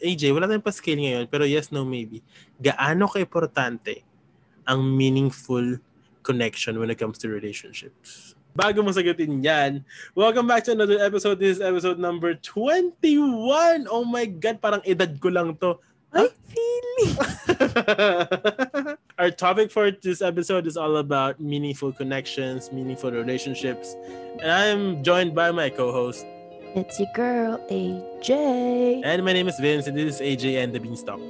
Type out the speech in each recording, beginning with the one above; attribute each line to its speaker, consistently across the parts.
Speaker 1: AJ, wala tayong pa-scale ngayon, pero yes, no, maybe. Gaano ka-importante ang meaningful connection when it comes to relationships? Bago mo sagutin yan, welcome back to another episode. This is episode number 21. Oh my God, parang edad ko lang to.
Speaker 2: Ay, feeling.
Speaker 1: Our topic for this episode is all about meaningful connections, meaningful relationships. And I'm joined by my co host.
Speaker 2: It's your girl, AJ.
Speaker 1: And my name is Vince, and this is AJ and the Beanstalk.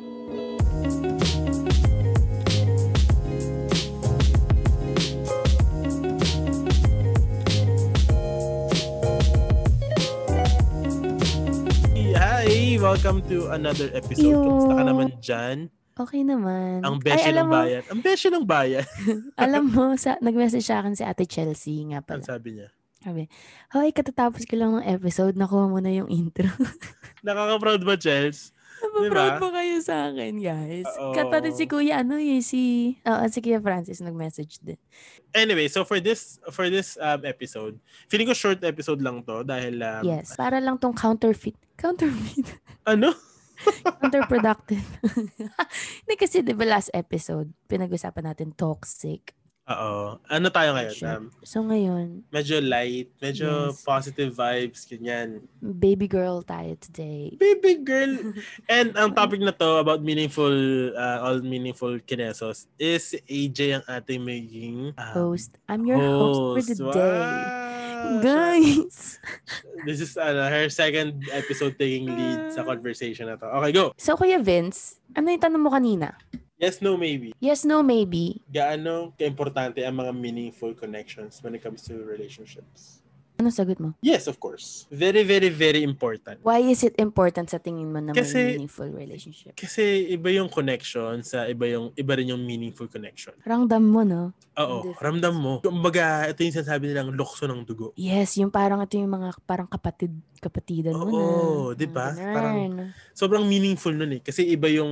Speaker 1: Hi! Welcome to another episode.
Speaker 2: Yo.
Speaker 1: Kamusta ka naman dyan?
Speaker 2: Okay naman.
Speaker 1: Ang beshi
Speaker 2: Ay, alam
Speaker 1: ng
Speaker 2: mo,
Speaker 1: bayan. Ang beshi ng bayan.
Speaker 2: alam mo, sa, nag-message sa akin si Ate Chelsea nga
Speaker 1: Ang
Speaker 2: pala.
Speaker 1: sabi niya.
Speaker 2: Sabi, hoy, katatapos ko lang ng episode, nakuha mo na yung intro.
Speaker 1: Nakaka-proud ba, Chels?
Speaker 2: Napaproud mo kayo sa akin, guys.
Speaker 1: Oo.
Speaker 2: Kapatid si Kuya, ano eh, si, oh, si Kuya Francis nag-message din.
Speaker 1: Anyway, so for this for this um, episode, feeling ko short episode lang to dahil um,
Speaker 2: yes, para lang tong counterfeit. Counterfeit?
Speaker 1: ano?
Speaker 2: counterproductive. Hindi kasi, di ba last episode, pinag-usapan natin toxic.
Speaker 1: Oo. Ano tayo ngayon?
Speaker 2: Sure.
Speaker 1: Um,
Speaker 2: So ngayon,
Speaker 1: medyo light, medyo
Speaker 2: Yes.
Speaker 1: positive vibes, ganyan.
Speaker 2: baby girl tayo today.
Speaker 1: Baby girl. And ang topic na to about meaningful, uh, all meaningful kinesos is si AJ ang ating maging um,
Speaker 2: host. I'm your host for the
Speaker 1: host.
Speaker 2: day.
Speaker 1: Wow.
Speaker 2: Guys!
Speaker 1: This is ano, her second episode taking lead
Speaker 2: Ah.
Speaker 1: sa conversation na to. Okay, go.
Speaker 2: So, Kuya Vince, ano yung tanong mo kanina?
Speaker 1: Yes, no, maybe.
Speaker 2: Yes, no, maybe.
Speaker 1: gaano kaimportante ang mga meaningful connections when it comes to relationships?
Speaker 2: Ano sagot mo?
Speaker 1: Yes, of course. Very, very, very important.
Speaker 2: Why is it important sa tingin mo na
Speaker 1: Kasi-
Speaker 2: may meaningful relationship?
Speaker 1: Kasi iba yung connection sa iba yung iba rin yung meaningful connection.
Speaker 2: Rangdam mo, no?
Speaker 1: Oo,
Speaker 2: Difference.
Speaker 1: ramdam mo. Kumbaga, ito yung sinasabi nilang lokso ng dugo.
Speaker 2: Yes, yung parang ito yung mga parang kapatid, kapatidan mo na.
Speaker 1: Oo, di ba? Parang-
Speaker 2: Parang
Speaker 1: Sobrang meaningful nun eh. Kasi iba yung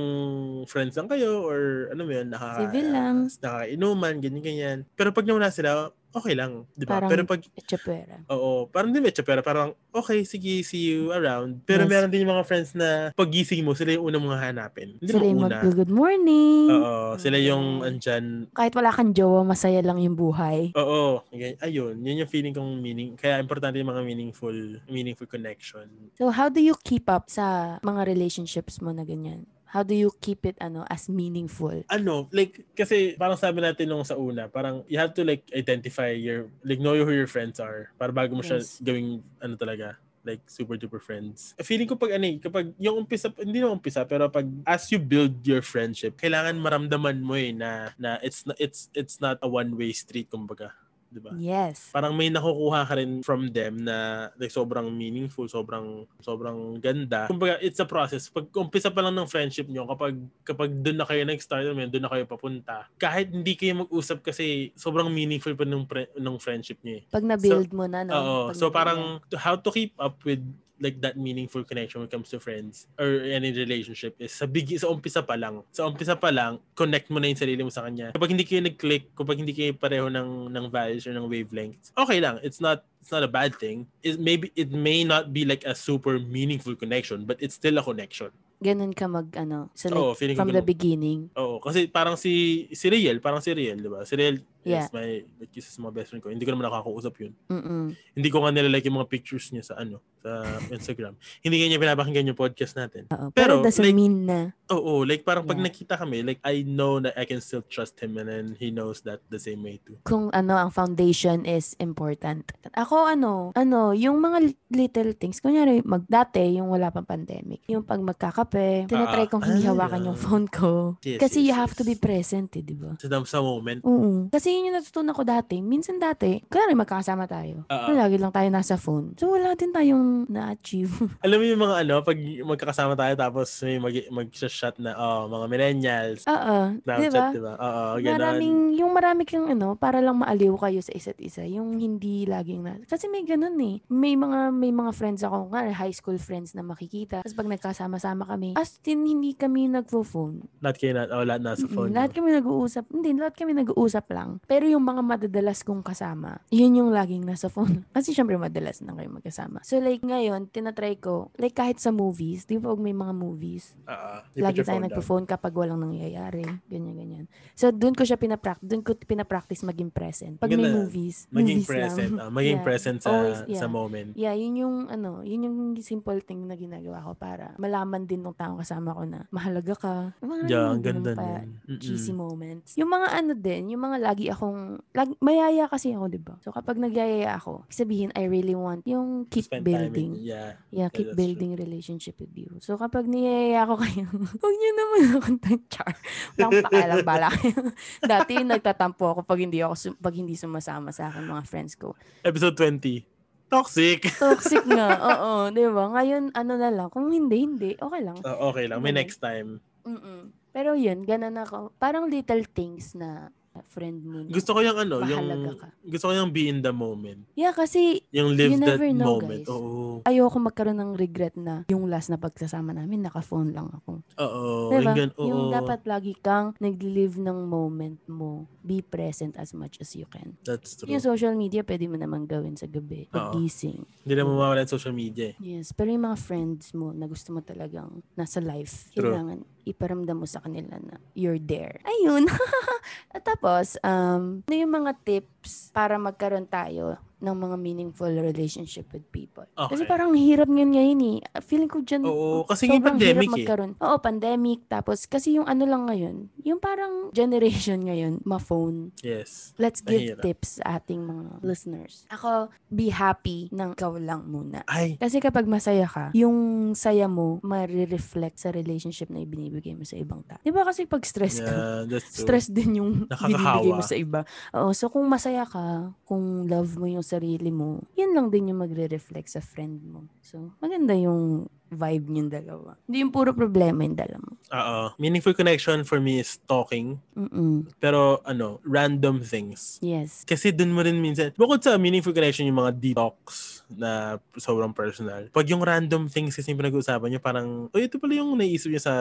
Speaker 1: friends lang kayo or ano mo yun, nakaka,
Speaker 2: Civil lang.
Speaker 1: nakakainuman, ganyan-ganyan. Pero pag nawala sila, okay lang, di ba?
Speaker 2: Parang-
Speaker 1: Pero pag
Speaker 2: echapera.
Speaker 1: Oo, parang din medyo pero parang okay, sige, see you around. Pero
Speaker 2: Yes.
Speaker 1: meron din yung mga friends na pagising mo, sila yung unang mga hanapin. Hindi
Speaker 2: Sila
Speaker 1: naman
Speaker 2: yung
Speaker 1: una.
Speaker 2: mag-good morning.
Speaker 1: Oo, sila yung
Speaker 2: Mm.
Speaker 1: andyan.
Speaker 2: Kahit wala kang jowa, masaya lang yung buhay.
Speaker 1: Oo, okay. ayun, yun yung feeling kong meaning. Kaya importante yung mga meaningful meaningful connection.
Speaker 2: So, how do you keep up sa mga relationships mo na ganyan? How do you keep it ano as meaningful?
Speaker 1: Ano, like, kasi parang sabi natin nung sa una, parang you have to like identify your, like know who your friends are para bago mo
Speaker 2: Yes.
Speaker 1: siya gawing ano talaga like super duper friends. Feeling ko pag ano eh, kapag yung umpisa, hindi na umpisa, pero pag as you build your friendship, kailangan maramdaman mo eh na, na it's, not- it's, it's not a one-way street, kumbaga. Diba?
Speaker 2: Yes.
Speaker 1: parang may nakukuha ka rin from them na like sobrang meaningful, sobrang sobrang ganda. Kumbaga, it's a process. Pag umpisa pa lang ng friendship nyo, kapag kapag doon na kayo nag-start, I mean, doon na kayo papunta. Kahit hindi kayo mag-usap kasi sobrang meaningful pa nung pre- nung friendship nyo eh.
Speaker 2: Pag na-build mo na, no?
Speaker 1: Oo.
Speaker 2: Pag
Speaker 1: So
Speaker 2: na-build mo.
Speaker 1: parang how to keep up with like that meaningful connection when it comes to friends or any relationship is sa big sa umpisa pa lang sa umpisa pa lang connect mo na yung sarili mo sa kanya kapag hindi kayo nag-click kapag hindi kayo pareho ng ng values or ng wavelengths okay lang it's not it's not a bad thing it maybe it may not be like a super meaningful connection but it's still a connection
Speaker 2: ganun ka mag, ano, so like,
Speaker 1: Oo, feeling ko
Speaker 2: from the
Speaker 1: ganun.
Speaker 2: beginning.
Speaker 1: Oo, kasi parang si si Riel parang si Riel di ba si Riel
Speaker 2: Yeah.
Speaker 1: is my like is my best friend ko hindi ko naman nakakausap yun
Speaker 2: Mm-mm.
Speaker 1: hindi ko nga nilalike yung mga pictures niya sa ano, sa Instagram. hindi nga niya pinapakinggan yung podcast natin.
Speaker 2: Oo.
Speaker 1: Pero,
Speaker 2: Pero, doesn't
Speaker 1: like-
Speaker 2: mean na.
Speaker 1: Oo, like parang pag
Speaker 2: Yeah.
Speaker 1: nakita kami, like I know that I can still trust him and then he knows that the same way too.
Speaker 2: kung ano ang foundation is important. Ako ano, ano, yung mga li- little things, kunyari mag dati, yung wala pang pandemic, yung pag magkakape, tinatry kong
Speaker 1: ah,
Speaker 2: hindi hawakan
Speaker 1: yeah.
Speaker 2: yung phone ko.
Speaker 1: Yes,
Speaker 2: Kasi
Speaker 1: yes,
Speaker 2: you have
Speaker 1: yes.
Speaker 2: to be present, eh, di ba?
Speaker 1: Sa, sa moment.
Speaker 2: Oo. Kasi yun yung natutunan ko dati. Minsan dati, kunyari magkakasama tayo.
Speaker 1: Oo.
Speaker 2: Lagi lang tayo nasa phone. So wala din tayong na-achieve.
Speaker 1: Alam mo yung mga ano, pag magkakasama tayo tapos may mag, mag-shot na, oh, mga millennials,
Speaker 2: Oo, di
Speaker 1: Snapchat,
Speaker 2: ba?
Speaker 1: di ba? Oo, ganun.
Speaker 2: Diba? Maraming, yung marami kang ano, para lang maaliw kayo sa isa't isa. Yung hindi laging na, kasi may ganun eh. May mga, may mga friends ako, nga high school friends na makikita. Tapos pag nagkasama-sama kami, as in, hindi kami nagpo-phone.
Speaker 1: Lahat kayo na, oh, lahat nasa
Speaker 2: Mm-mm,
Speaker 1: phone.
Speaker 2: lahat kami nag-uusap. Hindi, lahat kami nag-uusap lang. Pero yung mga madadalas kong kasama, yun yung laging nasa phone. Kasi syempre madalas na kayo magkasama. So like ngayon, tinatry ko, like kahit sa movies, di ba pag may mga movies,
Speaker 1: Ah, you put
Speaker 2: lagi
Speaker 1: your
Speaker 2: tayo
Speaker 1: phone down.
Speaker 2: nagpo-phone kapag walang nangyayari, ganyan, ganyan. So doon ko siya pinapractice, doon ko pinapractice maging present. Pag may
Speaker 1: Ganda.
Speaker 2: movies,
Speaker 1: Maging
Speaker 2: movies lang.
Speaker 1: present. ah, maging
Speaker 2: Yeah.
Speaker 1: present sa,
Speaker 2: Always,
Speaker 1: sa
Speaker 2: yeah.
Speaker 1: moment.
Speaker 2: Yeah, yun yung ano, yun yung simple thing na ginagawa ko para malaman din ng taong kasama ko na mahalaga ka. Mga
Speaker 1: Yeah, ang
Speaker 2: Mm, ganun
Speaker 1: ganda
Speaker 2: pa,
Speaker 1: nun. Mm. Mm-mm.
Speaker 2: Cheesy moments. Yung mga ano din, yung mga lagi akong, lag, mayaya kasi ako, di ba? So kapag nagyayaya ako, sabihin, I really want yung keep
Speaker 1: Spend time in-
Speaker 2: building.
Speaker 1: Yeah.
Speaker 2: Yeah,
Speaker 1: Yeah,
Speaker 2: keep
Speaker 1: that's
Speaker 2: building relationship with you. So kapag niyayaya ko kayo, huwag niyo naman akong tang- char. Walang pakialam bala kayo. Dati nagtatampo ako pag hindi ako sum- pag hindi sumasama sa akin mga friends ko.
Speaker 1: Episode 20. Toxic.
Speaker 2: Toxic nga. Oo, 'di ba? Ngayon ano na lang, kung hindi hindi, okay lang.
Speaker 1: Ah, okay lang. May
Speaker 2: Ganun.
Speaker 1: next time.
Speaker 2: Mm-mm. Pero 'yun, ganun ako. Parang little things na friend mo. na
Speaker 1: Gusto ko yung ano, yung...
Speaker 2: mahalaga ka.
Speaker 1: Gusto ko yung be in the moment.
Speaker 2: Yeah, kasi
Speaker 1: Yung live
Speaker 2: You
Speaker 1: that
Speaker 2: never know,
Speaker 1: moment.
Speaker 2: guys.
Speaker 1: Oo.
Speaker 2: ayoko magkaroon ng regret na yung last na pagkasama namin, naka-phone lang ako.
Speaker 1: Oo.
Speaker 2: Diba?
Speaker 1: Yung, gan- oo.
Speaker 2: Yung dapat lagi kang nag-live ng moment mo. Be present as much as you can.
Speaker 1: That's true.
Speaker 2: Yung social media, pwede mo naman gawin sa
Speaker 1: Oo.
Speaker 2: gabi. Pagising.
Speaker 1: Hindi na mawawala sa social media eh.
Speaker 2: Yes. Pero yung mga friends mo na gusto mo talagang nasa life,
Speaker 1: True.
Speaker 2: kailangan iparamdam mo sa kanila na you're there. Ayun. At tapos, um, ano yung mga tips para magkaroon tayo ng mga meaningful relationship with people?
Speaker 1: Okay.
Speaker 2: Kasi parang hirap ngayon ngayon eh. Feeling ko dyan,
Speaker 1: Oo, kasi ngayon
Speaker 2: sobrang
Speaker 1: pandemic
Speaker 2: hirap
Speaker 1: eh.
Speaker 2: magkaroon. Oo, pandemic. Tapos, kasi yung ano lang ngayon, yung parang generation ngayon, ma-phone.
Speaker 1: Yes.
Speaker 2: Let's give
Speaker 1: Mahirap.
Speaker 2: tips sa ating mga listeners. Ako, be happy ng ikaw lang muna.
Speaker 1: Ay,
Speaker 2: Kasi kapag masaya ka, yung saya mo, marireflect sa relationship na ibinibigay mo sa ibang tao. Di ba kasi pag stress ka,
Speaker 1: yeah, that's true.
Speaker 2: stress din yung
Speaker 1: Nakakahawa.
Speaker 2: binibigay mo sa iba. Oo, so kung masaya ka, kung love mo yung sarili mo, yan lang din yung magre-reflect sa friend mo. So, maganda yung vibe niyong dalawa. Hindi yung puro problema yung dala mo.
Speaker 1: Oo. Meaningful connection for me is talking.
Speaker 2: Mm-mm.
Speaker 1: Pero ano, random things.
Speaker 2: Yes.
Speaker 1: Kasi dun mo rin minsan, bukod sa meaningful connection, yung mga detox na sobrang personal. Pag yung random things kasi yung pinag-uusapan nyo, parang, oh, ito pala yung naisip nyo sa,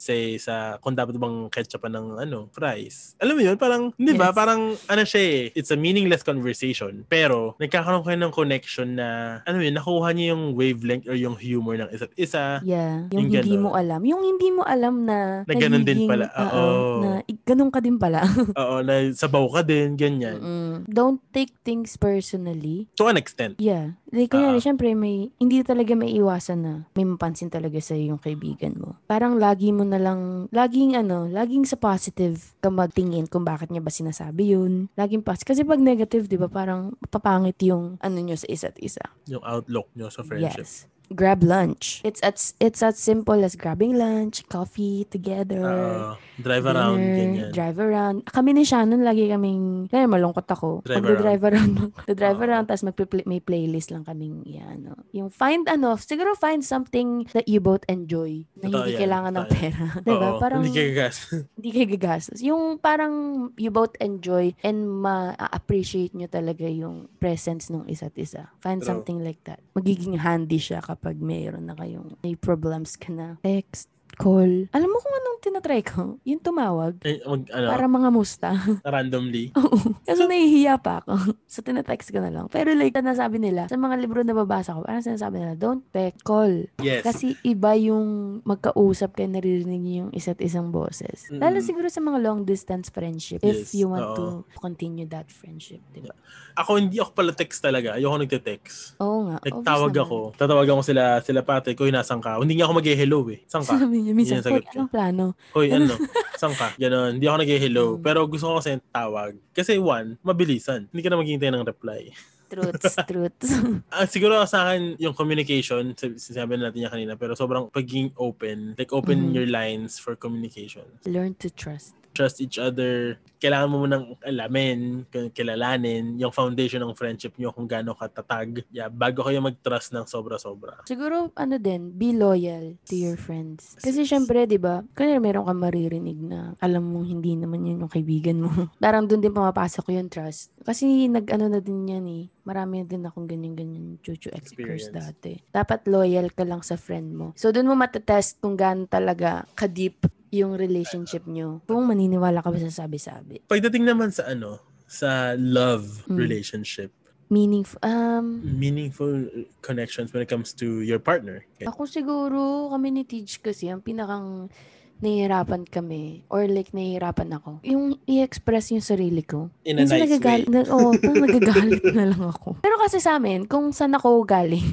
Speaker 1: say, sa, kung dapat bang ketchup ng, ano, fries. Alam mo yun, parang, di ba,
Speaker 2: Yes.
Speaker 1: parang, ano siya eh, it's a meaningless conversation. Pero, nagkakaroon kayo ng connection na, ano yun, nakuha nyo yung wavelength or yung humor ng isa't isa.
Speaker 2: Yeah.
Speaker 1: Yung
Speaker 2: Yung, hindi
Speaker 1: ganon.
Speaker 2: mo alam. Yung hindi mo alam na...
Speaker 1: Na ganon din
Speaker 2: nagiging-
Speaker 1: pala.
Speaker 2: Oo,
Speaker 1: Oo.
Speaker 2: Na i- ganon ka din pala.
Speaker 1: Oo, na sabaw ka din, ganyan.
Speaker 2: Mm-mm. Don't take things personally.
Speaker 1: To an extent.
Speaker 2: Yeah. Like,
Speaker 1: Ah.
Speaker 2: kaya syempre, may, hindi talaga may iwasan na may mapansin talaga sa yung kaibigan mo. Parang lagi mo na lang, laging ano, laging sa positive ka magtingin kung bakit niya ba sinasabi yun. Laging positive. Kasi pag negative, di ba, parang papangit yung ano nyo sa isa't isa.
Speaker 1: Yung outlook nyo sa friendship.
Speaker 2: Yes. Grab lunch. It's as, it's as simple as grabbing lunch, coffee together.
Speaker 1: Oo. drive around,
Speaker 2: Dinner,
Speaker 1: ganyan.
Speaker 2: Drive around. Kami ni Shannon, lagi kaming, kaya malungkot ako.
Speaker 1: Drive Ah.
Speaker 2: Pag drive around. drive
Speaker 1: Oo.
Speaker 2: around, tapos magpipla- may playlist lang kaming, yan, ano. Yung find, ano, siguro find something that you both enjoy. Na
Speaker 1: Totoo
Speaker 2: hindi
Speaker 1: yan,
Speaker 2: kailangan ng
Speaker 1: totoo yan.
Speaker 2: pera. diba?
Speaker 1: Oo,
Speaker 2: Parang,
Speaker 1: Hindi kayo gas.
Speaker 2: hindi kayo gagastos. Yung parang you both enjoy and ma-appreciate nyo talaga yung presence ng isa't isa. Find
Speaker 1: True.
Speaker 2: something like that. Magiging handy siya kapag mayroon na kayong may problems ka na. Text, call. Alam mo kung anong tinatry ko? Yung tumawag.
Speaker 1: Eh, mag- ano,
Speaker 2: Para mga musta.
Speaker 1: randomly.
Speaker 2: Oo. Kasi nahihiya pa ako. so, tinatext ko na lang. Pero like, sinasabi nila, sa mga libro na babasa ko, parang sinasabi nila, don't text, call.
Speaker 1: Yes.
Speaker 2: Kasi iba yung magkausap kayo, naririnig niyo yung isa't isang boses. Lalo
Speaker 1: Mm.
Speaker 2: siguro sa mga long distance friendship
Speaker 1: Yes,
Speaker 2: if you
Speaker 1: oo.
Speaker 2: want to continue that friendship, di ba?
Speaker 1: ako hindi ako pala text talaga. Ayoko nagte-text.
Speaker 2: Oo nga. obvious
Speaker 1: Nagtawag
Speaker 2: naman.
Speaker 1: ako. Tatawagan ko sila, sila pate, Koy, nasan ka? Hindi nga ako mag-hello eh. San ka?
Speaker 2: Sabi niya,
Speaker 1: Yun
Speaker 2: minsan,
Speaker 1: yung sagot
Speaker 2: "Hoy,
Speaker 1: ko.
Speaker 2: anong plano?
Speaker 1: Koy, ano? San ka? Ganon. Hindi ako nag-hello.
Speaker 2: Mm.
Speaker 1: Pero gusto ko kasi tawag. Kasi one, mabilisan. Hindi ka na maghihintay ng reply.
Speaker 2: Truths, truths.
Speaker 1: Ah, siguro sa akin, yung communication, sab- sinabi na natin yan kanina, pero sobrang pagiging open. Like, open
Speaker 2: Mhm.
Speaker 1: your lines for communication.
Speaker 2: Learn to trust.
Speaker 1: Trust each other. Kailangan mo munang alamin, k- kilalanin, yung foundation ng friendship nyo kung gaano katatag. Yeah, bago kayo mag-trust ng sobra-sobra.
Speaker 2: Siguro, ano din, be loyal to your friends. Kasi
Speaker 1: Yes.
Speaker 2: syempre, di ba, kaya meron kang maririnig na alam mong hindi naman yun yung kaibigan mo. Parang doon din pumapasok yung trust. Kasi nag-ano na din yan eh. Marami na din akong ganyan-ganyan chuchu
Speaker 1: Experience.
Speaker 2: experts dati. Dapat loyal ka lang sa friend mo. So, doon mo matatest kung gaano talaga ka-deep yung relationship nyo. Kung maniniwala ka ba sa sabi-sabi.
Speaker 1: Pagdating naman sa ano, sa love
Speaker 2: Mm.
Speaker 1: relationship?
Speaker 2: Meaningful. Um,
Speaker 1: Meaningful connections when it comes to your partner. Okay.
Speaker 2: ako siguro, kami ni Tej kasi, ang pinakang nahihirapan kami or like nahihirapan ako. Yung i-express yung sarili ko.
Speaker 1: In a nice way.
Speaker 2: nagagal- Na, oo, parang nagagalit na lang ako. Pero kasi sa amin, kung saan ako galing.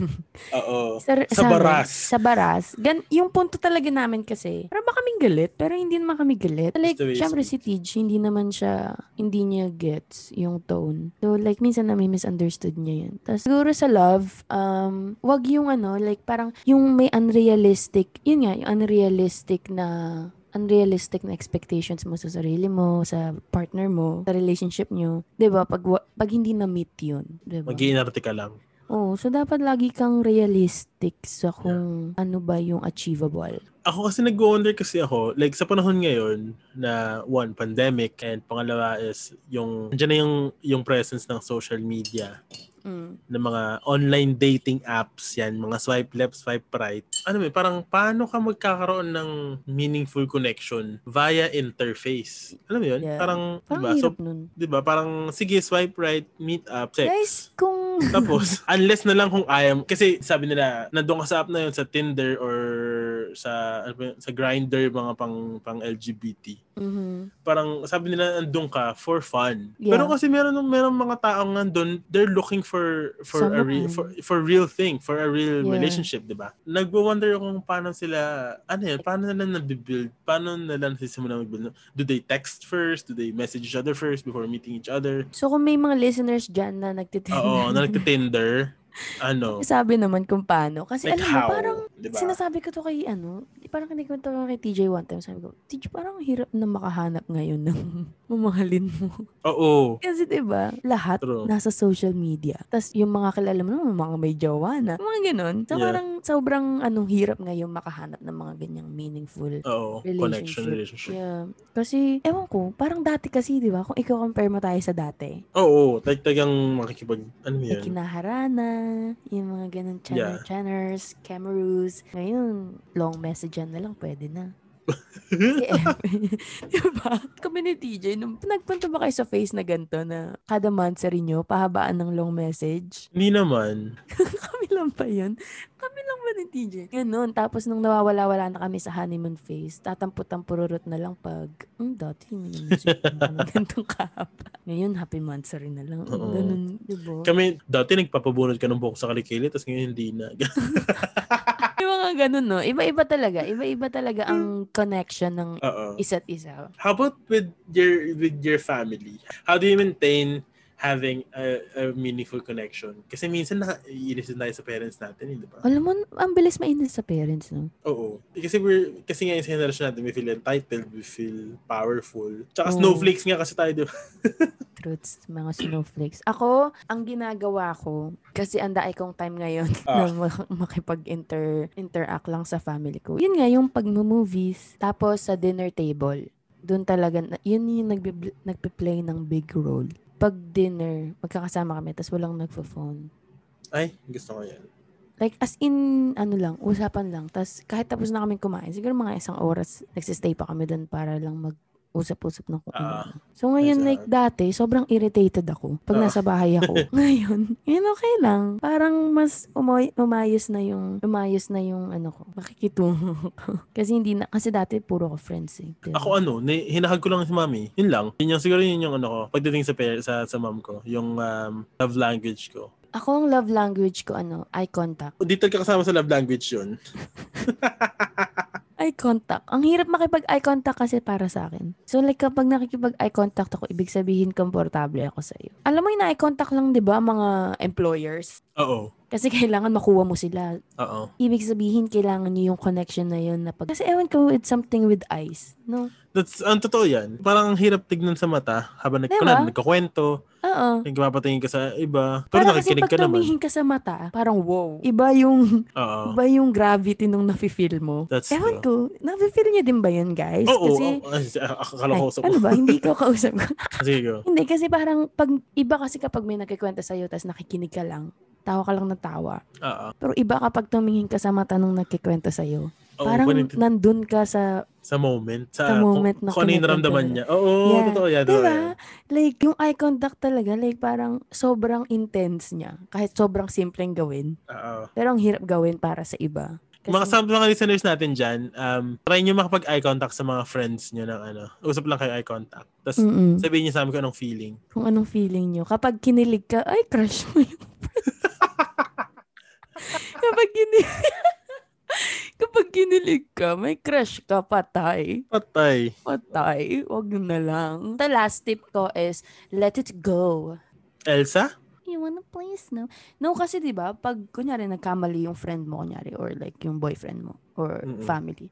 Speaker 1: Oo.
Speaker 2: Sa,
Speaker 1: Sa
Speaker 2: amin,
Speaker 1: baras.
Speaker 2: sa baras. Gan, yung punto talaga namin kasi, parang ba kaming galit? Pero hindi naman kami galit. Like,
Speaker 1: the way you
Speaker 2: syempre si Tej, hindi naman siya, hindi niya gets yung tone. So, like, minsan na may misunderstood niya yun. Tapos, siguro sa love, um, wag yung ano, like, parang yung may unrealistic, yun nga, yung unrealistic na unrealistic na expectations mo sa sarili mo, sa partner mo, sa relationship nyo. 'Di ba Pag, wa- pag hindi na-meet yun. 'di ba
Speaker 1: Mag-iinarte ka lang.
Speaker 2: Oo, Oh, so dapat lagi kang realistic sa kung ano ba yung achievable.
Speaker 1: Ako kasi nag-wonder kasi ako, like sa panahon ngayon na one, pandemic and pangalawa is yung, andyan na yung, yung presence ng social media ng mga online dating apps yan, mga swipe left, swipe right. Ano may parang paano ka magkakaroon ng meaningful connection via interface. Alam mo yun?
Speaker 2: Yeah.
Speaker 1: Parang, di
Speaker 2: Parang
Speaker 1: ba? Diba? So,
Speaker 2: hirap nun.
Speaker 1: di ba? Parang, sige, swipe right, meet up, sex.
Speaker 2: Guys, kung...
Speaker 1: Tapos, unless na lang kung ayaw, kasi sabi nila, nandun ka sa app na yun sa Tinder or sa ano ba yun, sa Grinder mga pang pang LGBT.
Speaker 2: Mhm.
Speaker 1: Parang sabi nila nandun ka for fun.
Speaker 2: Yeah.
Speaker 1: Pero kasi meron meron mga tao nga doon, they're looking for for a re-
Speaker 2: Someone.
Speaker 1: for, for real thing, for a real
Speaker 2: Yeah.
Speaker 1: relationship, 'di ba? Nagwo-wonder ako kung paano sila ano yun, paano nila nabibuild? Paano nila nagsisimula mag-build? Do they text first? Do they message each other first before meeting each other?
Speaker 2: So kung may mga listeners dyan na nagtitinig,
Speaker 1: Oo, na nagte-Tinder. Ano?
Speaker 2: sabi naman kung paano. Kasi
Speaker 1: Like how?
Speaker 2: alam mo, ano parang
Speaker 1: diba?
Speaker 2: sinasabi ko to kay ano, parang kinikwento ko kay TJ one time, sabi ko, TJ, parang hirap na makahanap ngayon ng mamahalin mo.
Speaker 1: Oo.
Speaker 2: Kasi 'di ba lahat
Speaker 1: True.
Speaker 2: nasa social media. Tapos yung mga kilala mo naman, mga may jowa na, mga ganun. So
Speaker 1: Yeah.
Speaker 2: parang sobrang anong hirap ngayon makahanap ng mga ganyang meaningful
Speaker 1: Oo. Connection, relationship.
Speaker 2: Yeah. Kasi, ewan ko, parang dati kasi, di ba? Kung ikaw-compare mo tayo sa dati,
Speaker 1: Oo. Like, tagang makikipag, ano
Speaker 2: may
Speaker 1: yan?
Speaker 2: kinaharana, yung mga ganun,
Speaker 1: Yeah.
Speaker 2: channer-channers, cameras. Ngayon, long message yan na lang, pwede na. CF. diba? Kami ni TJ, nung nagpunta ba kayo sa face na ganito na kada month sa rinyo, pahabaan ng long message?
Speaker 1: Hindi naman.
Speaker 2: Kami lang pa yun? Kami lang ba ni TJ? Ganun. Tapos nung nawawala-wala na kami sa honeymoon phase, tatampo-tampururot na lang pag, hmm, dati hindi naman siguro kami ganitong kahaba. Ngayon, happy months rin na lang.
Speaker 1: Oo.
Speaker 2: Ganun, di ba?
Speaker 1: Kami, dati nagpapabunod ka ng buhok sa kalikili, tapos ngayon hindi na.
Speaker 2: Yung mga ganun, no? Iba-iba talaga. Iba-iba talaga ang connection ng
Speaker 1: Oo.
Speaker 2: isa't isa.
Speaker 1: How about with your with your family? How do you maintain having a, a meaningful connection? Kasi minsan nakaiinisin tayo sa parents natin, eh, di ba?
Speaker 2: Alam mo, ang bilis mainis sa parents, no?
Speaker 1: Oo. Eh, Kasi we're, kasi ngayon sa generation natin, we feel entitled, we feel powerful. Tsaka
Speaker 2: Oo.
Speaker 1: snowflakes nga kasi tayo, di ba?
Speaker 2: Truths, mga snowflakes. Ako, ang ginagawa ko, kasi ang daay kong time ngayon
Speaker 1: Ah.
Speaker 2: na mak- makipag-interact lang sa family ko. Yun nga, yung pag-movies, tapos sa dinner table. Doon talaga, na- yun yung nagbe- nagpe-play ng big role. Pag dinner, magkakasama kami, tapos walang nagpo-phone.
Speaker 1: Ay, gusto ko yan.
Speaker 2: Like, as in, ano lang, usapan lang. Tapos, kahit tapos na kami kumain, siguro mga isang oras, nagsistay pa kami doon para lang mag usap-usap ng kung
Speaker 1: Ah,
Speaker 2: ano. So ngayon
Speaker 1: nasa-
Speaker 2: like dati, sobrang irritated ako pag
Speaker 1: Ah.
Speaker 2: nasa bahay ako. ngayon, ngayon okay lang. Parang mas umay- umayos na yung umayos na yung ano ko, makikitungo ko. kasi hindi na kasi dati puro ko friends eh. Diba?
Speaker 1: Ako ano, ni, hinahag ko lang si mami. Yun lang. Yun yung, siguro yun yung ano ko. Pagdating sa, par- sa, sa mom ko. Yung um, love language ko.
Speaker 2: Ako ang love language ko ano, eye contact.
Speaker 1: Dito ka kasama sa love language yun.
Speaker 2: Eye contact. Ang hirap makipag eye contact kasi para sa akin. So like kapag nakikipag eye contact ako, ibig sabihin komportable ako sa iyo. Alam mo yung eye contact lang 'di ba mga employers?
Speaker 1: Oo.
Speaker 2: Kasi kailangan makuha mo sila
Speaker 1: Oo.
Speaker 2: Ibig sabihin, kailangan niyo yung connection na yun. Na pag... Kasi ewan ko, it's something with eyes. No?
Speaker 1: That's, ang totoo yan. Parang ang hirap tignan sa mata habang nag,
Speaker 2: Diba?
Speaker 1: kunwari, nagkukwento,
Speaker 2: Oo.
Speaker 1: nagpapatingin ka sa iba. Pero
Speaker 2: Para kasi
Speaker 1: nakikinig
Speaker 2: pag
Speaker 1: ka naman.
Speaker 2: tumingin ka sa mata, parang wow. Iba yung,
Speaker 1: Oo.
Speaker 2: iba yung gravity nung nafe-feel mo.
Speaker 1: That's
Speaker 2: ewan
Speaker 1: true.
Speaker 2: ko, nafe-feel niyo din ba yun, guys?
Speaker 1: Oo.
Speaker 2: kasi,
Speaker 1: oo. Ay, ah, akala ko
Speaker 2: Ay,
Speaker 1: sa
Speaker 2: ano ba? Hindi ko kausap ko.
Speaker 1: Sige, go.
Speaker 2: Hindi, kasi parang pag, iba kasi kapag may nagkikwento sa'yo, tapos nakikinig ka lang, tawa ka lang ng tawa.
Speaker 1: Oo.
Speaker 2: Pero iba kapag tumingin ka sa mata nung nagkikwento sa'yo.
Speaker 1: Oo,
Speaker 2: Parang
Speaker 1: panit-
Speaker 2: nandun ka sa,
Speaker 1: sa moment. Sa,
Speaker 2: sa moment
Speaker 1: kung,
Speaker 2: na
Speaker 1: kung ano yung
Speaker 2: connected
Speaker 1: naramdaman
Speaker 2: talaga.
Speaker 1: niya. Oo,
Speaker 2: Yeah.
Speaker 1: totoo yan. totoo
Speaker 2: Diba?
Speaker 1: yan.
Speaker 2: like, yung eye contact talaga, like, parang sobrang intense niya. Kahit sobrang simpleng gawin.
Speaker 1: Oo.
Speaker 2: Pero ang hirap gawin para sa iba. Kasi-
Speaker 1: Mga sa mga listeners natin dyan, um, try nyo makapag eye contact sa mga friends nyo ng ano. Usap lang kayo eye contact. Tapos
Speaker 2: Mm-mm.
Speaker 1: sabihin nyo sa amin kung anong feeling.
Speaker 2: Kung anong feeling nyo. Kapag kinilig ka, ay, crush mo yung friend. Kapag kinilig Kapag kinilig ka, may crush ka, patay.
Speaker 1: Patay.
Speaker 2: Patay. Huwag na lang. The last tip ko is, let it go.
Speaker 1: Elsa?
Speaker 2: You wanna please, no? No, kasi di ba pag kunyari nagkamali yung friend mo, kunyari, or like yung boyfriend mo, or
Speaker 1: Mm-mm.
Speaker 2: family,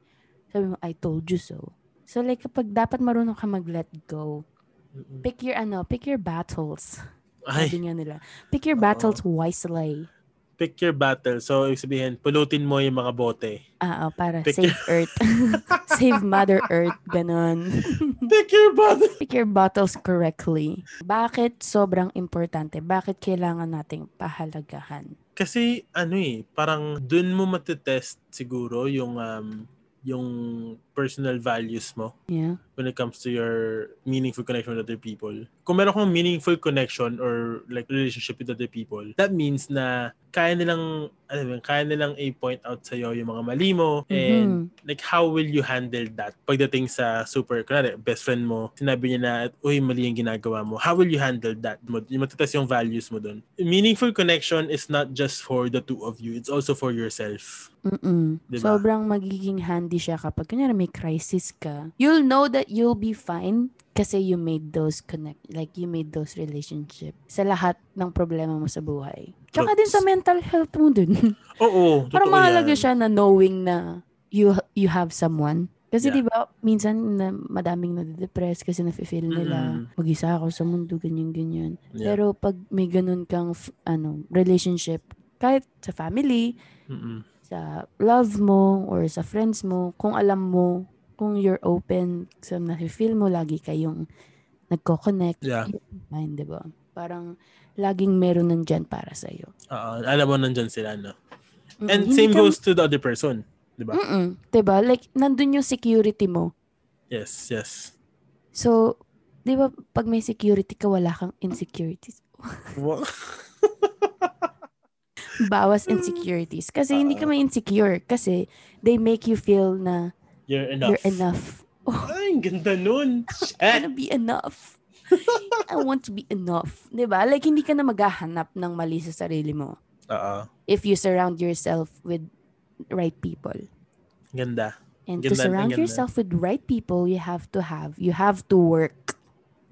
Speaker 2: sabi mo, I told you so. So like, kapag dapat marunong ka mag-let go, pick your, ano, pick your battles.
Speaker 1: Ay,
Speaker 2: Sabi nga nila. Pick your
Speaker 1: Oo.
Speaker 2: battles wisely.
Speaker 1: pick your battle. So, ibig sabihin, pulutin mo yung mga bote.
Speaker 2: Ah, ah, para
Speaker 1: Pick
Speaker 2: save Earth. save Mother Earth. Ganon.
Speaker 1: Pick your battle!
Speaker 2: Pick your battles correctly. Bakit sobrang importante? Bakit kailangan nating pahalagahan?
Speaker 1: Kasi, ano eh, parang dun mo matetest siguro yung, um, yung personal values mo
Speaker 2: Yeah.
Speaker 1: when it comes to your meaningful connection with other people. Kung meron kang meaningful connection or like relationship with other people, that means na kaya nilang, alam mo, yun, kaya nilang i-point out sa'yo yung mga mali mo and
Speaker 2: Mhm.
Speaker 1: like how will you handle that pagdating sa super kunwari best friend mo sinabi niya na uy mali yung ginagawa mo how will you handle that Mo- yung matatas yung values mo dun meaningful connection is not just for the two of you it's also for yourself
Speaker 2: Mm-hmm. Mm-mm.
Speaker 1: Diba?
Speaker 2: Sobrang magiging handy siya kapag kunyari may crisis ka. You'll know that you'll be fine kasi you made those connect, like you made those relationship sa lahat ng problema mo sa buhay. Tsaka din sa
Speaker 1: True.
Speaker 2: mental health mo dun.
Speaker 1: oo totoo
Speaker 2: Para mahalaga
Speaker 1: yan.
Speaker 2: siya na knowing na you you have someone. Kasi
Speaker 1: Yeah.
Speaker 2: di ba minsan na madaming nade-depress kasi nafe-feel nila mag-isa ako sa mundo ganyan ganyan.
Speaker 1: Yeah.
Speaker 2: Pero pag may ganun kang f- ano relationship kahit sa family,
Speaker 1: Mm-mm.
Speaker 2: sa love mo or sa friends mo, kung alam mo kung you're open sa nafe-feel mo lagi kayong nagko-connect,
Speaker 1: yeah
Speaker 2: fine, di ba? Parang laging meron nandyan para sa iyo.
Speaker 1: Oo, alam mo nandyan sila no and same goes to the other person di ba
Speaker 2: Mm-mm. 'Di ba? Like, nandun yung security mo.
Speaker 1: yes yes
Speaker 2: So, di ba, pag may security ka, wala kang insecurities.
Speaker 1: Wa-
Speaker 2: Bawas insecurities. Kasi hindi ka
Speaker 1: Hmm. Oo.
Speaker 2: may insecure. Kasi they make you feel na
Speaker 1: you're enough
Speaker 2: you're enough.
Speaker 1: ay ang ganda nun
Speaker 2: I
Speaker 1: eh
Speaker 2: wanna be enough. I want to be enough. Di ba? Like, hindi ka na maghahanap ng mali sa sarili mo
Speaker 1: oo
Speaker 2: if you surround yourself with right people.
Speaker 1: ganda
Speaker 2: And to
Speaker 1: Ganda, ang
Speaker 2: surround
Speaker 1: ganda.
Speaker 2: yourself with right people, you have to have, you have to work.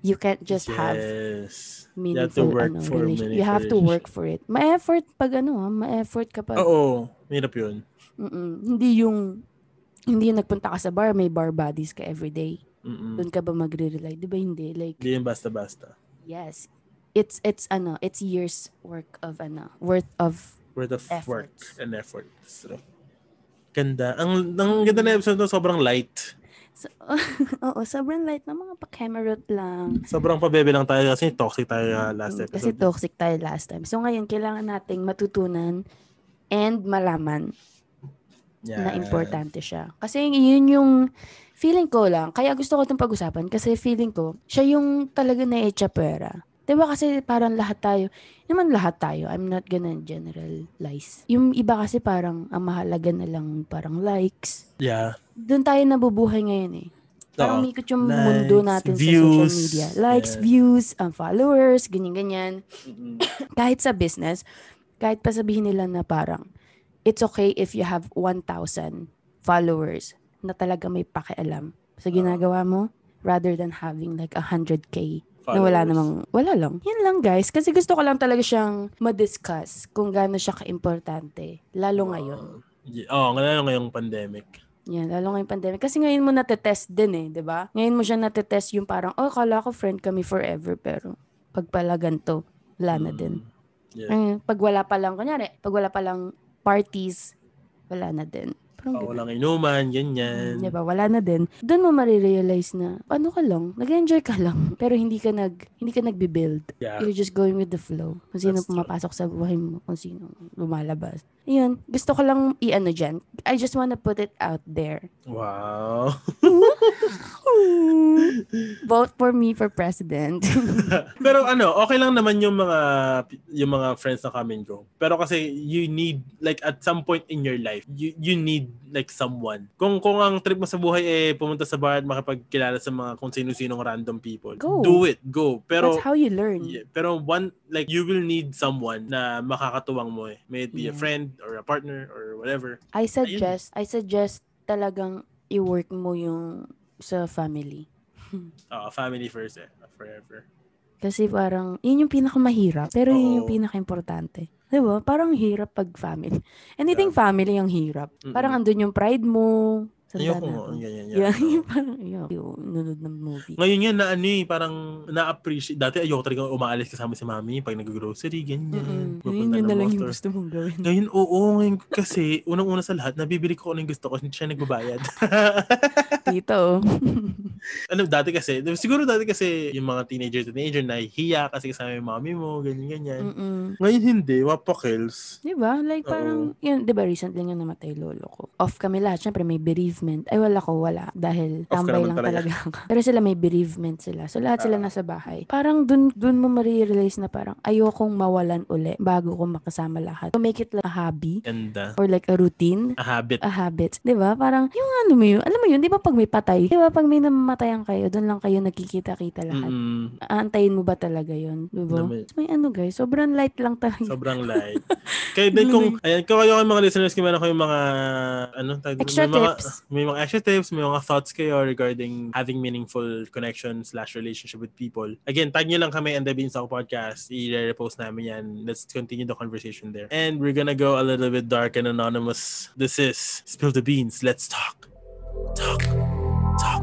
Speaker 2: You can't just have
Speaker 1: yes. You have to
Speaker 2: meaningful
Speaker 1: work
Speaker 2: ano,
Speaker 1: for
Speaker 2: relation-
Speaker 1: meaningful
Speaker 2: You have to work
Speaker 1: relationship.
Speaker 2: for it. Ma-effort pag ano, ah, ma-effort kapag
Speaker 1: Oo, mahirap yun.
Speaker 2: Mm-mm. hindi yung hindi yung nagpunta ka sa bar, may bar buddies ka everyday.
Speaker 1: Mm-mm.
Speaker 2: Doon ka ba magre-rely? Di ba hindi? Like,
Speaker 1: Hindi yun basta-basta.
Speaker 2: yes. It's, it's ano, it's years work of ano, worth of,
Speaker 1: Worth of
Speaker 2: Effort.
Speaker 1: work and effort. So, ganda. Ang, ang ganda na episode na sobrang light.
Speaker 2: so, oo, sobrang light na mga pakamerot lang.
Speaker 1: Sobrang pabebe lang tayo kasi toxic tayo uh, last
Speaker 2: Mm, Kasi
Speaker 1: episode.
Speaker 2: toxic tayo last time. So ngayon, kailangan nating matutunan and malaman
Speaker 1: Yan.
Speaker 2: na importante siya. Kasi yun yung feeling ko lang. Kaya gusto ko itong pag-usapan kasi feeling ko, siya yung talaga na echapera. 'Di ba kasi parang lahat tayo, hindi naman lahat tayo, I'm not gonna generalize. Yung iba kasi parang ang mahalaga na lang parang likes.
Speaker 1: Yeah.
Speaker 2: Doon tayo nabubuhay ngayon eh.
Speaker 1: Oo.
Speaker 2: Parang umikot yung
Speaker 1: Ah, Likes,
Speaker 2: mundo natin sa
Speaker 1: views,
Speaker 2: social media. Likes,
Speaker 1: yeah.
Speaker 2: views, um, followers, ganyan-ganyan
Speaker 1: Mm-mm.
Speaker 2: kahit sa business, kahit pa sabihin nila na parang, it's okay if you have 1,000 followers na talaga may pakialam sa ginagawa mo rather than having like 100k na wala
Speaker 1: Followers.
Speaker 2: namang, wala lang. Yan lang guys, kasi gusto ko lang talaga siyang madiscuss kung gaano siya ka-importante, lalo ngayon.
Speaker 1: Yeah. Oo, ngayon ngayong pandemic.
Speaker 2: Yan, lalo ngayong pandemic. Kasi ngayon mo natetest din eh, di ba? Ngayon mo siya natetest yung parang, oh, kala ko friend kami forever, pero pag pala ganito, wala na din.
Speaker 1: Mm. Yeah.
Speaker 2: Ang pag wala pa lang, kunyari, pag wala pa lang parties, wala na din. Parang
Speaker 1: Oh,
Speaker 2: ganun.
Speaker 1: walang inuman, ganyan.
Speaker 2: Diba? Wala na din. Doon mo marirealize na, ano ka lang, nag-enjoy ka lang, pero hindi ka nag, hindi ka nagbe-build.
Speaker 1: Yeah.
Speaker 2: You're just going with the flow. Kung sino
Speaker 1: That's true.
Speaker 2: pumapasok sa buhay mo, kung sino lumalabas. Ayun, gusto ko lang i-ano dyan. I just wanna put it out there.
Speaker 1: Wow.
Speaker 2: Vote for me for president.
Speaker 1: Pero ano, okay lang naman yung mga yung mga friends na come and go. Pero kasi you need like at some point in your life, you you need like someone. Kung kung ang trip mo sa buhay eh pumunta sa bar at makipagkilala sa mga kung sino-sinong random people.
Speaker 2: Go.
Speaker 1: Do it, go. Pero
Speaker 2: That's how you learn.
Speaker 1: Yeah, pero one like you will need someone na makakatuwang mo eh. May it be a
Speaker 2: Yeah.
Speaker 1: friend or a partner or whatever.
Speaker 2: I suggest, I suggest talagang i-work mo yung sa family.
Speaker 1: Ah, family first eh, forever.
Speaker 2: Kasi parang, yun yung pinakamahirap. Pero yun yung
Speaker 1: Oo.
Speaker 2: pinakaimportante. Di ba? Parang hirap pag family. Anything family ang hirap.
Speaker 1: Mm-mm.
Speaker 2: Parang andun yung pride mo. Sanda
Speaker 1: Ayoko
Speaker 2: na
Speaker 1: mo.
Speaker 2: ako.
Speaker 1: Yan, yan, yan.
Speaker 2: Yeah,
Speaker 1: Oo.
Speaker 2: yung parang, yun. Yung nunod ng movie.
Speaker 1: Ngayon yan na ano eh, parang na-appreciate. Dati ayoko talaga umaalis kasama si mami pag nag-grocery, ganyan.
Speaker 2: Mm-mm.
Speaker 1: Pupunta
Speaker 2: Yun, yun
Speaker 1: ng
Speaker 2: na lang yung
Speaker 1: motor.
Speaker 2: gusto mong gawin.
Speaker 1: Ngayon, oo. Ngayon kasi, unang-una sa lahat, nabibili ko kung ano yung gusto ko. Hindi siya nagbabayad.
Speaker 2: Tito, oh.
Speaker 1: ano, dati kasi, siguro dati kasi, yung mga teenager, teenager, nahihiya kasi kasama yung mami mo, ganyan, ganyan.
Speaker 2: Mm-mm.
Speaker 1: Ngayon hindi, mapakils.
Speaker 2: Di ba? Like parang, yun, di ba recently nga namatay lolo ko. Off kami lahat. Siyempre may bereavement. Ay wala ko, wala. Dahil
Speaker 1: Off ka
Speaker 2: tambay
Speaker 1: naman
Speaker 2: lang
Speaker 1: talaga.
Speaker 2: talaga. ako. Pero sila may bereavement sila. So lahat sila
Speaker 1: Ah.
Speaker 2: nasa bahay. Parang dun, dun mo marirealize na parang ayokong mawalan uli bago ko makasama lahat. So make it like a hobby
Speaker 1: Ganda.
Speaker 2: or like a routine
Speaker 1: A habit.
Speaker 2: a habit. 'Di ba? Parang yung ano mo yun, alam mo yun, 'di ba pag may patay, 'di ba pag may namamatayan kayo, doon lang kayo nagkikita-kita lahat.
Speaker 1: Mm,
Speaker 2: Aantayin mo ba talaga 'yun? 'Di ba?
Speaker 1: Naman.
Speaker 2: May ano guys, sobrang light lang talaga.
Speaker 1: sobrang light. Kaya din kung, ayan, kung kayo kayong mga listeners, kung meron kayong mga, ano, tag,
Speaker 2: Extra
Speaker 1: may mga,
Speaker 2: tips.
Speaker 1: may mga extra tips, may mga thoughts kayo regarding having meaningful connection slash relationship with people. Again, tag nyo lang kami and the Beanstalk Podcast. I-repost namin yan. Let's continue the conversation there. And we're gonna go a little bit dark and anonymous. This is Spill the Beans. Let's talk. Talk. Talk.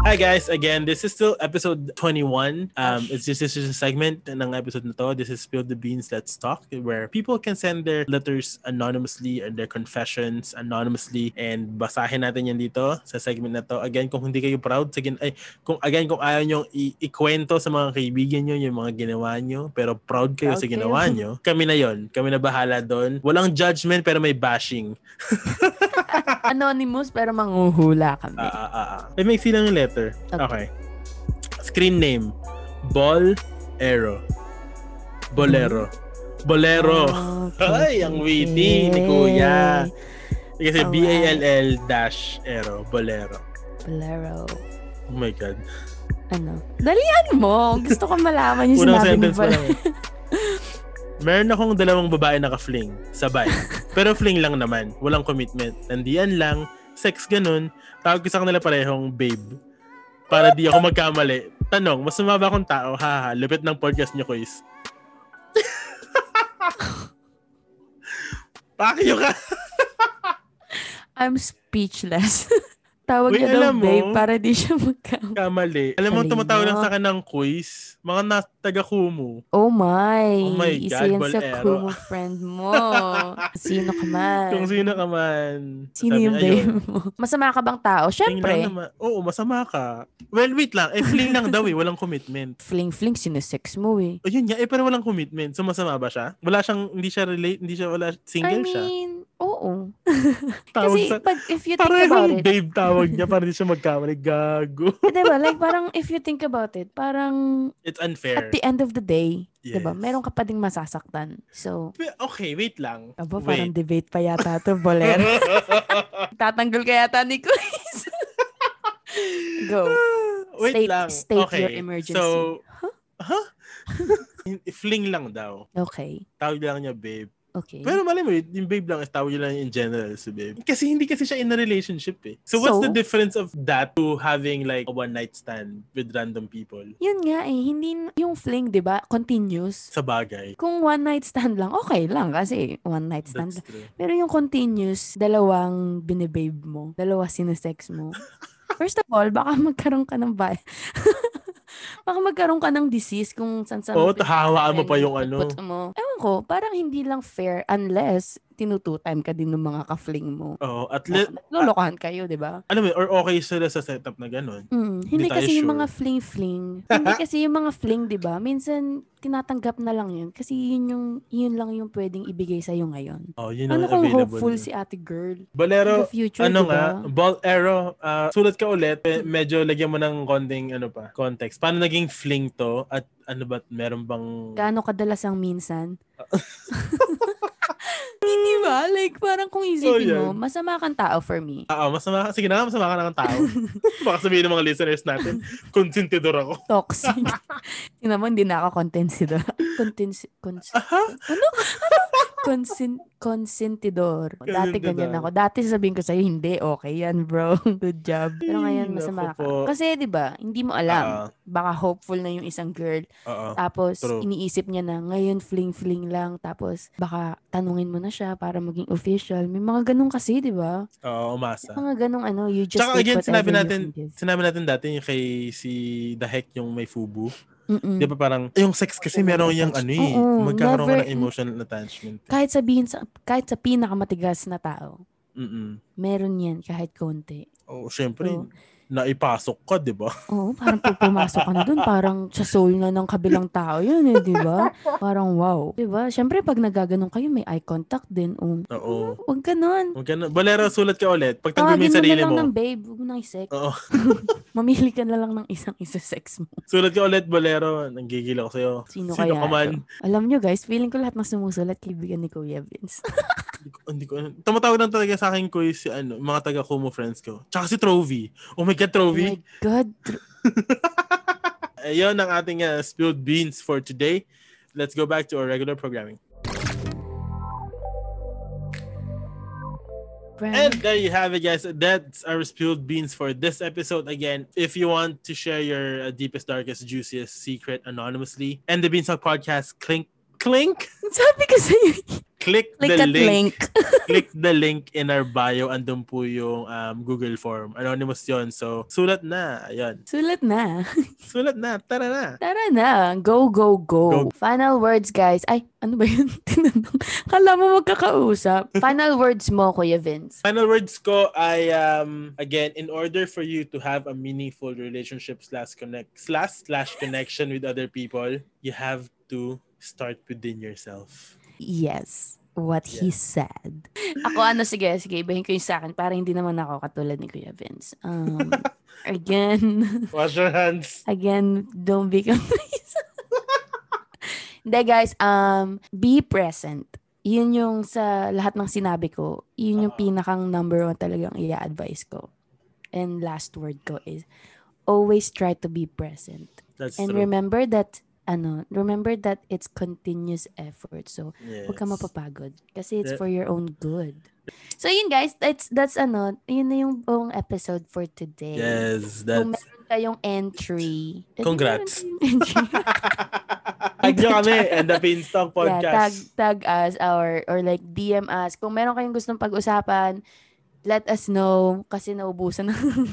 Speaker 1: Hi guys, again, this is still episode 21. Um,
Speaker 2: Gosh.
Speaker 1: it's just this is a segment ng episode na to. This is Spill the Beans, Let's Talk, where people can send their letters anonymously and their confessions anonymously and basahin natin yan dito sa segment na to. Again, kung hindi kayo proud, sige, ay, kung again, kung ayaw nyo i- ikwento sa mga kaibigan nyo yung mga ginawa nyo, pero proud kayo sa
Speaker 2: Proud kayo.
Speaker 1: ginawa nyo, kami na yon Kami na bahala doon. Walang judgment pero may bashing.
Speaker 2: Anonymous pero manghuhula kami.
Speaker 1: Ah, ah, ah, ah. May maiksi lang yung letter. Okay.
Speaker 2: Okay.
Speaker 1: Screen name. Ball Ero. Bolero. Mm-hmm. Bolero.
Speaker 2: Ah,
Speaker 1: Ay, ang witty ni Kuya. Kasi
Speaker 2: Alright.
Speaker 1: B-A-L-L dash Ero. Bolero.
Speaker 2: Bolero.
Speaker 1: Oh my God.
Speaker 2: Ano? Dalian mo! Gusto ko malaman yung
Speaker 1: Unang
Speaker 2: sinabi mo
Speaker 1: sentence pa
Speaker 2: pala.
Speaker 1: lang. eh. Meron akong dalawang babae na ka-fling. Sabay. Pero fling lang naman. Walang commitment. Nandiyan lang. Sex ganun. Tawag ko sa kanila parehong babe. Para di ako magkamali. Tanong, mas sumaba akong tao. Haha, lupit ng podcast niyo, Kuis. Pakyo ka!
Speaker 2: I'm speechless. Tawag
Speaker 1: Uy,
Speaker 2: niya daw
Speaker 1: alam mo-
Speaker 2: babe para di siya magka...
Speaker 1: Kamali. Alam mo,
Speaker 2: Talino.
Speaker 1: tumatawag lang sa akin ng quiz. Mga na taga-Kumu.
Speaker 2: Oh my!
Speaker 1: Oh my God,
Speaker 2: Isa yan sa
Speaker 1: Bolero.
Speaker 2: kumu friend mo. Sino ka man?
Speaker 1: Kung sino ka man.
Speaker 2: Sino
Speaker 1: Sabi,
Speaker 2: yung
Speaker 1: ayun.
Speaker 2: babe mo? Masama ka bang tao?
Speaker 1: Fling lang
Speaker 2: Siyempre.
Speaker 1: naman. Oo, masama ka. Well, wait lang. Eh, fling lang daw eh. Walang commitment.
Speaker 2: Fling-fling, sinesex mo eh.
Speaker 1: O yun nga, eh, pero walang commitment. So, masama ba siya? Wala siyang, hindi siya relate, hindi siya, wala, single
Speaker 2: I
Speaker 1: siya.
Speaker 2: mean, oo.
Speaker 1: Tawag
Speaker 2: Kasi
Speaker 1: sa,
Speaker 2: pag, if you think about
Speaker 1: parehong
Speaker 2: it,
Speaker 1: babe tawag niya para hindi siya magkamali. Gago.
Speaker 2: Eh, diba? Like, parang if you think about it, parang
Speaker 1: It's unfair.
Speaker 2: at the end of the day, diba?
Speaker 1: Yes.
Speaker 2: Meron ka pa ding masasaktan. So,
Speaker 1: Pe- Okay, wait lang.
Speaker 2: aba, parang
Speaker 1: wait.
Speaker 2: debate pa yata to, Bolero. Tatanggol ka yata ni Quiz. Go.
Speaker 1: Ah, wait
Speaker 2: State-
Speaker 1: lang.
Speaker 2: state
Speaker 1: okay.
Speaker 2: your emergency.
Speaker 1: So, huh? Fling lang daw.
Speaker 2: Okay.
Speaker 1: Tawag lang niya babe.
Speaker 2: Okay.
Speaker 1: Pero mali mo, yung babe lang, is tawag lang in general si babe. Kasi hindi kasi siya in a relationship eh. So what's
Speaker 2: So?
Speaker 1: the difference of that to having like a one night stand with random people?
Speaker 2: Yun nga eh, hindi yung fling, 'di ba? Continuous.
Speaker 1: Sa bagay.
Speaker 2: Kung one night stand lang, okay lang kasi one night stand.
Speaker 1: That's true.
Speaker 2: Pero yung continuous, dalawang binibabe mo, dalawa sinesex mo. First of all, baka magkaroon ka ng bi- baka magkaroon ka ng disease kung saan saan
Speaker 1: Oo, tahawaan Oh, mo pa yung ano.
Speaker 2: Mo. Ewan ko, parang hindi lang fair unless tinututan ka din ng mga ka-fling mo.
Speaker 1: Oo, Oh, at le-
Speaker 2: Lolokohan kayo, di ba?
Speaker 1: alam mo, yun, or okay sila sa setup na ganun.
Speaker 2: Mm,
Speaker 1: Hindi
Speaker 2: hindi
Speaker 1: tayo
Speaker 2: kasi yung
Speaker 1: sure.
Speaker 2: mga fling-fling. hindi kasi yung mga fling, di ba? Minsan, tinatanggap na lang yun. Kasi yun, yung, yun lang yung pwedeng ibigay sa'yo ngayon.
Speaker 1: Oh, yun ang
Speaker 2: Ano kung
Speaker 1: available.
Speaker 2: hopeful si ate girl? In
Speaker 1: Bolero,
Speaker 2: the future, diba?
Speaker 1: ano
Speaker 2: di
Speaker 1: nga,
Speaker 2: ba?
Speaker 1: ball arrow, ah, sulat ka ulit, pe- medyo lagyan mo ng konting ano pa, context. Paano naging fling to at ano ba, meron bang...
Speaker 2: Gaano kadalas ang minsan? Hindi ba? Like, parang kung isipin
Speaker 1: Oh,
Speaker 2: mo, masama kang tao for me.
Speaker 1: Ah, ah, masama ka. Sige na, masama ka na ng tao. Baka sabihin ng mga listeners natin, konsentidor ako.
Speaker 2: Toxic. Yun naman, hindi na ako contentidor. Contin- cons- ano? Consin- consentidor. Dati ganyan
Speaker 1: Consentidor.
Speaker 2: ako. Dati sabihin ko sa'yo, hindi, okay yan bro. Good job. Pero ngayon,
Speaker 1: Ay,
Speaker 2: masama
Speaker 1: naku po. Ah.
Speaker 2: ka. Kasi, di ba, hindi mo alam. Baka hopeful na yung isang girl.
Speaker 1: Oo.
Speaker 2: Tapos,
Speaker 1: Ah, True.
Speaker 2: iniisip niya na ngayon fling-fling lang. Tapos, baka tanungin mo na siya para maging official. May mga ganun kasi, di ba?
Speaker 1: Oo, umasa.
Speaker 2: Mga ganung ano, you just
Speaker 1: Tsaka
Speaker 2: take
Speaker 1: again,
Speaker 2: whatever
Speaker 1: sinabi
Speaker 2: you
Speaker 1: natin,
Speaker 2: can give.
Speaker 1: sinabi natin dati yung kay si The Heck yung may FUBU.
Speaker 2: Mm-mm.
Speaker 1: Di ba parang, yung sex kasi meron yung ano eh,
Speaker 2: Oo,
Speaker 1: magkakaroon ka
Speaker 2: never-
Speaker 1: ng emotional attachment. eh.
Speaker 2: Kahit sabihin sa, kahit sa pinakamatigas na tao,
Speaker 1: Mm-mm.
Speaker 2: meron yan kahit konti.
Speaker 1: Oh, syempre,
Speaker 2: So,
Speaker 1: naipasok ka, di ba?
Speaker 2: Oo, parang pag pumasok ka na dun, parang sa soul na ng kabilang tao yun eh, di ba? Parang wow. Di ba? Siyempre, pag nagaganon kayo, may eye contact din. Oh,
Speaker 1: Oo.
Speaker 2: huwag ganon.
Speaker 1: Huwag ka na- Bolero, sulat ka ulit. Pagtanggol mo
Speaker 2: Tawagin
Speaker 1: yung
Speaker 2: mo na
Speaker 1: sarili
Speaker 2: lang
Speaker 1: mo.
Speaker 2: ng babe, huwag mo nang isex.
Speaker 1: Oo.
Speaker 2: Mamili ka na lang ng isang isa sex mo.
Speaker 1: Sulat ka ulit, Bolero. Nanggigil ako sa'yo. Sino
Speaker 2: Sino, kaya
Speaker 1: ka man?
Speaker 2: to? Alam nyo guys, feeling ko lahat ng sumusulat kaibigan ni Kuya Vince.
Speaker 1: Hindi ko- Hindi ko, tumatawag lang talaga sa akin ko si ano, yung mga taga Kumu friends ko. Tsaka si Trovy. Oh my God,
Speaker 2: oh my
Speaker 1: Trovy.
Speaker 2: God. tr-
Speaker 1: Ayun ang ating uh, spilled beans for today. Let's go back to our regular programming.
Speaker 2: Brand
Speaker 1: And there you have it, guys. That's our spilled beans for this episode. Again, if you want to share your uh, deepest, darkest, juiciest secret anonymously, and the Beanstalk podcast, clink, clink,
Speaker 2: Sabi ko sa'yo, eh,
Speaker 1: click
Speaker 2: like
Speaker 1: the
Speaker 2: at
Speaker 1: link.
Speaker 2: link.
Speaker 1: click the link in our bio. Andun po yung um, Google form. Anonymous yon So, sulat na. Ayan.
Speaker 2: Sulat na.
Speaker 1: Sulat na. Tara na.
Speaker 2: Tara na. Go, go, go. Final words, guys. Ay, ano ba yun? Tinanong. Kala mo magkakausap. Final words mo, Kuya Vince.
Speaker 1: Final words ko ay, um, again, in order for you to have a meaningful relationship slash connect slash slash connection with other people, you have to start within yourself.
Speaker 2: Yes. What he said. Ako ano, sige, sige. Ibahin ko yung sa akin para hindi naman ako katulad ni Kuya Vince. Um, again,
Speaker 1: Wash your hands.
Speaker 2: again, don't become Hindi guys, um, be present. Yun yung sa lahat ng sinabi ko, yun yung
Speaker 1: Oo.
Speaker 2: pinakang number one talagang i-advise ko. And last word ko is, always try to be present.
Speaker 1: That's
Speaker 2: And
Speaker 1: true.
Speaker 2: remember that, ano, remember that it's continuous effort. So,
Speaker 1: Yes.
Speaker 2: huwag ka mapapagod. Kasi it's
Speaker 1: Yeah.
Speaker 2: for your own good. So, yun guys, that's, that's ano, yun na yung buong episode for today.
Speaker 1: Yes,
Speaker 2: Kung
Speaker 1: that's...
Speaker 2: meron kayong entry. eh,
Speaker 1: Congrats.
Speaker 2: meron kayong entry.
Speaker 1: Tag nyo kami and the Beanstalk
Speaker 2: yeah, tag,
Speaker 1: Podcast.
Speaker 2: tag us or, or like DM us. Kung meron kayong gustong pag-usapan, let us know kasi naubusan na.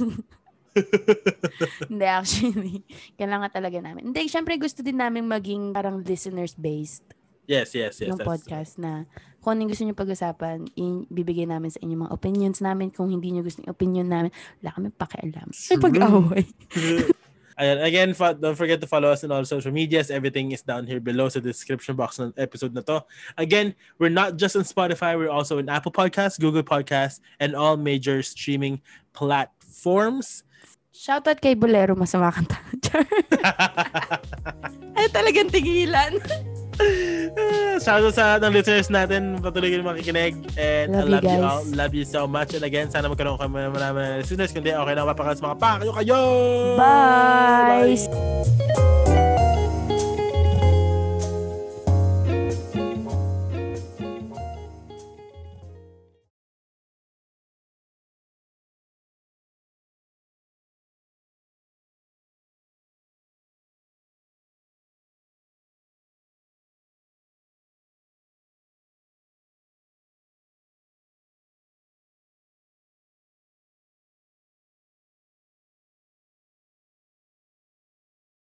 Speaker 2: Hindi, actually. Kailangan talaga namin. Hindi, syempre gusto din namin maging parang listeners-based
Speaker 1: yes, yes, yes.
Speaker 2: yung
Speaker 1: that's-
Speaker 2: podcast na kung ano yung gusto nyo pag-usapan, in, bibigay namin sa inyo mga opinions namin. Kung hindi nyo gusto yung opinion namin, wala kami pakialam. May
Speaker 1: True.
Speaker 2: pag-away.
Speaker 1: Ayan, again, fa- don't forget to follow us on all social medias. Everything is down here below sa description box ng episode na to. Again, we're not just on Spotify. We're also on Apple Podcasts, Google Podcasts, and all major streaming platforms.
Speaker 2: Shoutout kay Bolero, masama kang tao. Char. Ay, talagang tigilan.
Speaker 1: Eh, Shout out sa ng listeners natin. Patuloy kayong makikinig. And I love
Speaker 2: Love you,
Speaker 1: you
Speaker 2: guys.
Speaker 1: all. Love you so much. And again, sana magkaroon kami ng marami ng listeners. Kundi okay lang, mapakalas mga pa. Kayo kayo!
Speaker 2: Bye!